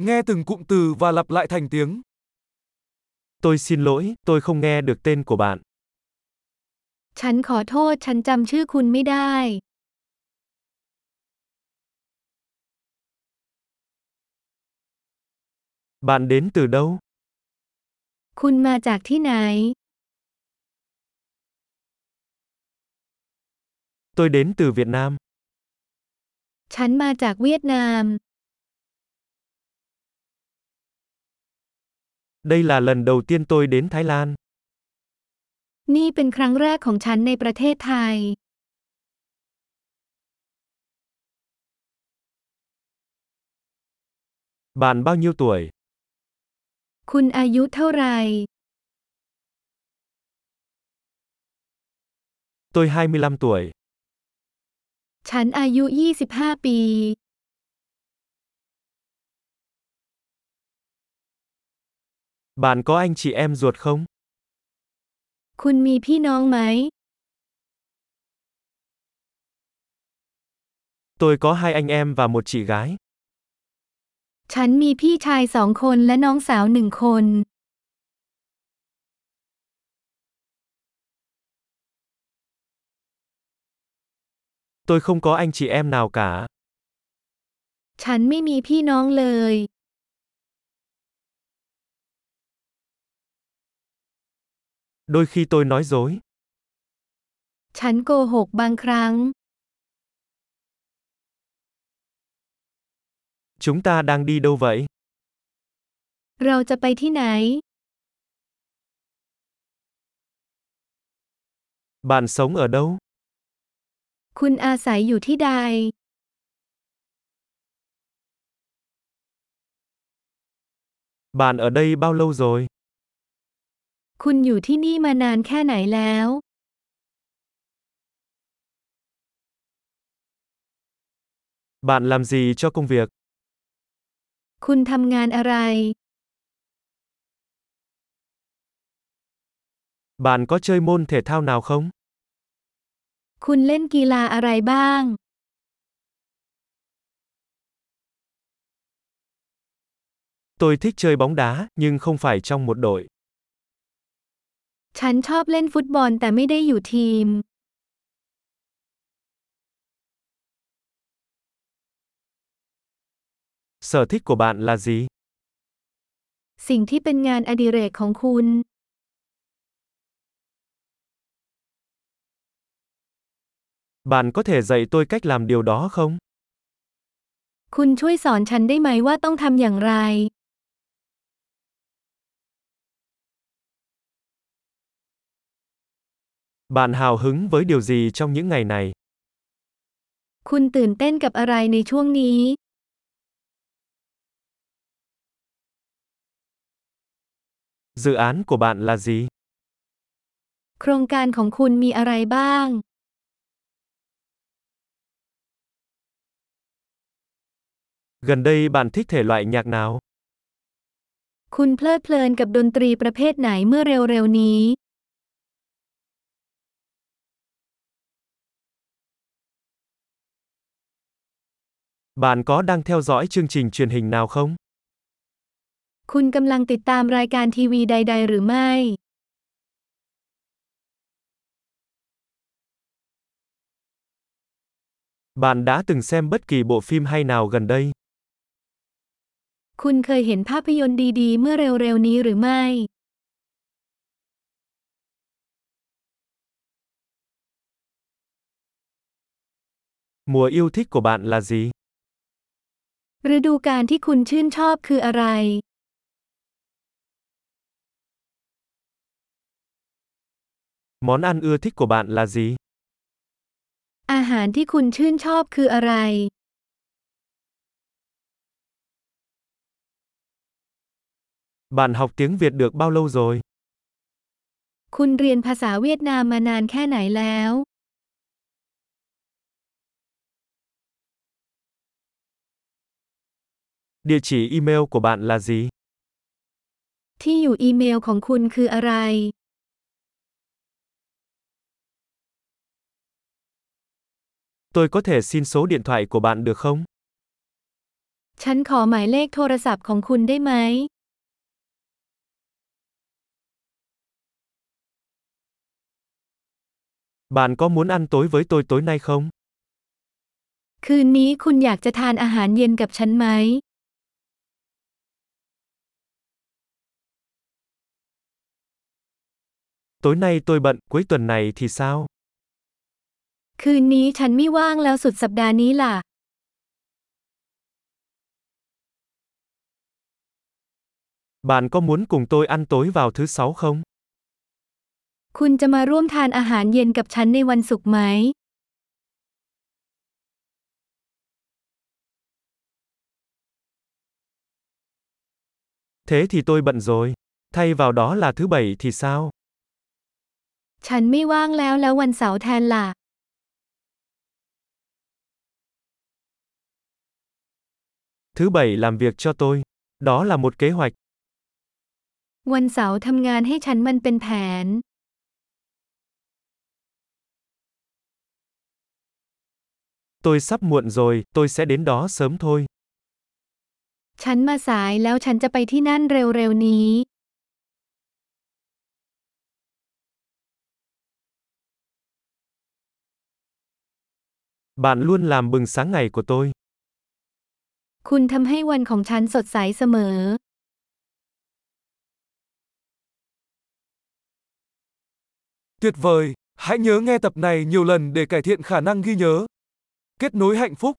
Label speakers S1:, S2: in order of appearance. S1: Nghe từng cụm từ và lặp lại thành tiếng.
S2: Tôi xin lỗi, tôi không nghe được tên của bạn.
S3: ฉันขอโทษฉันจำชื่อคุณไม่ได้
S2: Bạn đến từ đâu?
S3: คุณมาจากที่ไหน
S2: Tôi đến từ Việt Nam.
S3: ฉันมาจากเวียดนาม
S2: Đây là lần đầu tiên tôi đến Thái Lan.
S3: นี่เป็นครั้งแรกของฉันในประเทศไทย
S2: Bạn bao nhiêu tuổi?
S3: คุณอายุเท่าไหร่
S2: Tôi 25 tuổi.
S3: ฉันอายุ 25 ปี
S2: Bạn có anh chị em ruột không?
S3: คุณมีพี่น้องไหม
S2: Tôi có hai anh em và một chị gái.
S3: ฉันมีพี่ชายสองคนและน้องสาวหนึ่งคน
S2: Tôi không có anh chị em nào cả.
S3: ฉันไม่มีพี่น้องเลย
S2: Đôi khi tôi nói dối.
S3: ฉันโกหกบางครั้ง
S2: Chúng ta đang đi đâu vậy?
S3: เราจะไปที่ไหน
S2: Bạn sống ở đâu?
S3: คุณอาศัยอยู่ที่ใด
S2: Bạn ở đây bao lâu rồi?
S3: คุณอยู่ที่นี่มานานแค่ไหนแล้ว
S2: Bạn làm gì cho công việc?
S3: คุณทำงานอะไร
S2: Bạn có chơi môn thể thao nào không?
S3: คุณเล่นกีฬาอะไรบ้าง
S2: Tôi thích chơi bóng đá, nhưng không phải trong một đội.
S3: ฉันชอบเล่นฟุตบอลแต่ไม่ได้อยู่ทีม
S2: Sở thích của bạn là gì?
S3: สิ่งที่เป็นงานอดิเรกของคุณ
S2: Bạn có thể dạy tôi cách làm điều đó không?
S3: คุณช่วยสอนฉันได้ไหมว่าต้องทำอย่างไร
S2: Bạn hào hứng với điều gì trong những ngày này?
S3: คุณตื่นเต้นกับอะไรในช่วงนี้
S2: Dự án của bạn là gì?
S3: โครงการของคุณมีอะไรบ้าง
S2: Gần đây bạn thích thể loại nhạc nào?
S3: คุณเพลิดเพลินกับดนตรีประเภทไหนเมื่อเร็วๆนี้
S2: Bạn có đang theo dõi chương trình truyền hình nào không?
S3: คุณกำลังติดตามรายการทีวีใด ๆ หรือไม่
S2: Bạn đã từng xem bất kỳ bộ phim hay nào gần đây?
S3: คุณเคยเห็นภาพยนตร์ดีๆ เมื่อเร็วๆนี้หรือไม่
S2: Mùa yêu thích của bạn là gì?
S3: ฤดูกาลที่คุณชื่นชอบคืออะไร
S2: Món ăn ưa thích của bạn là gì?
S3: อาหารที่คุณชื่นชอบคืออะไร
S2: Bạn học tiếng Việt được bao lâu rồi?
S3: คุณเรียนภาษาเวียดนามมานานแค่ไหนแล้ว
S2: Địa chỉ email của bạn là gì?
S3: ที่อยู่อีเมลของคุณคืออะไร
S2: Tôi có thể xin số điện thoại của bạn được không?
S3: ฉันขอหมายเลขโทรศัพท์ของคุณได้ไหม
S2: Bạn có muốn ăn tối với tôi tối nay không?
S3: คืนนี้คุณอยากจะทานอาหารเย็นกับฉันไหม
S2: Tối nay tôi bận, cuối tuần này thì sao?
S3: คืนนี้ฉันไม่ว่างแล้วสุดสัปดาห์นี้ล่ะ
S2: Bạn có muốn cùng tôi ăn tối vào thứ sáu không?
S3: คุณจะมาร่วมทานอาหารเย็นกับฉันในวันศุกร์ไหม
S2: Thế thì tôi bận rồi. Thay vào đó là thứ bảy thì sao?
S3: ฉันไม่ว่างแล้วแล้ววันเสาร์แทนล่ะ
S2: Thứ bảy làm việc cho tôi. Đó là một kế hoạch.
S3: วันเสาร์ทำงานให้ฉันมันเป็นแผน
S2: Tôi sắp muộn rồi, tôi sẽ đến đó sớm thôi.
S3: ฉันมาสายแล้วฉันจะไปที่นั่นเร็วๆนี้
S2: Bạn luôn làm bừng sáng ngày của tôi.
S3: คุณทำให้วันของฉันสดใสเสมอ
S1: Tuyệt vời! Hãy nhớ nghe tập này nhiều lần để cải thiện khả năng ghi nhớ. Kết nối hạnh phúc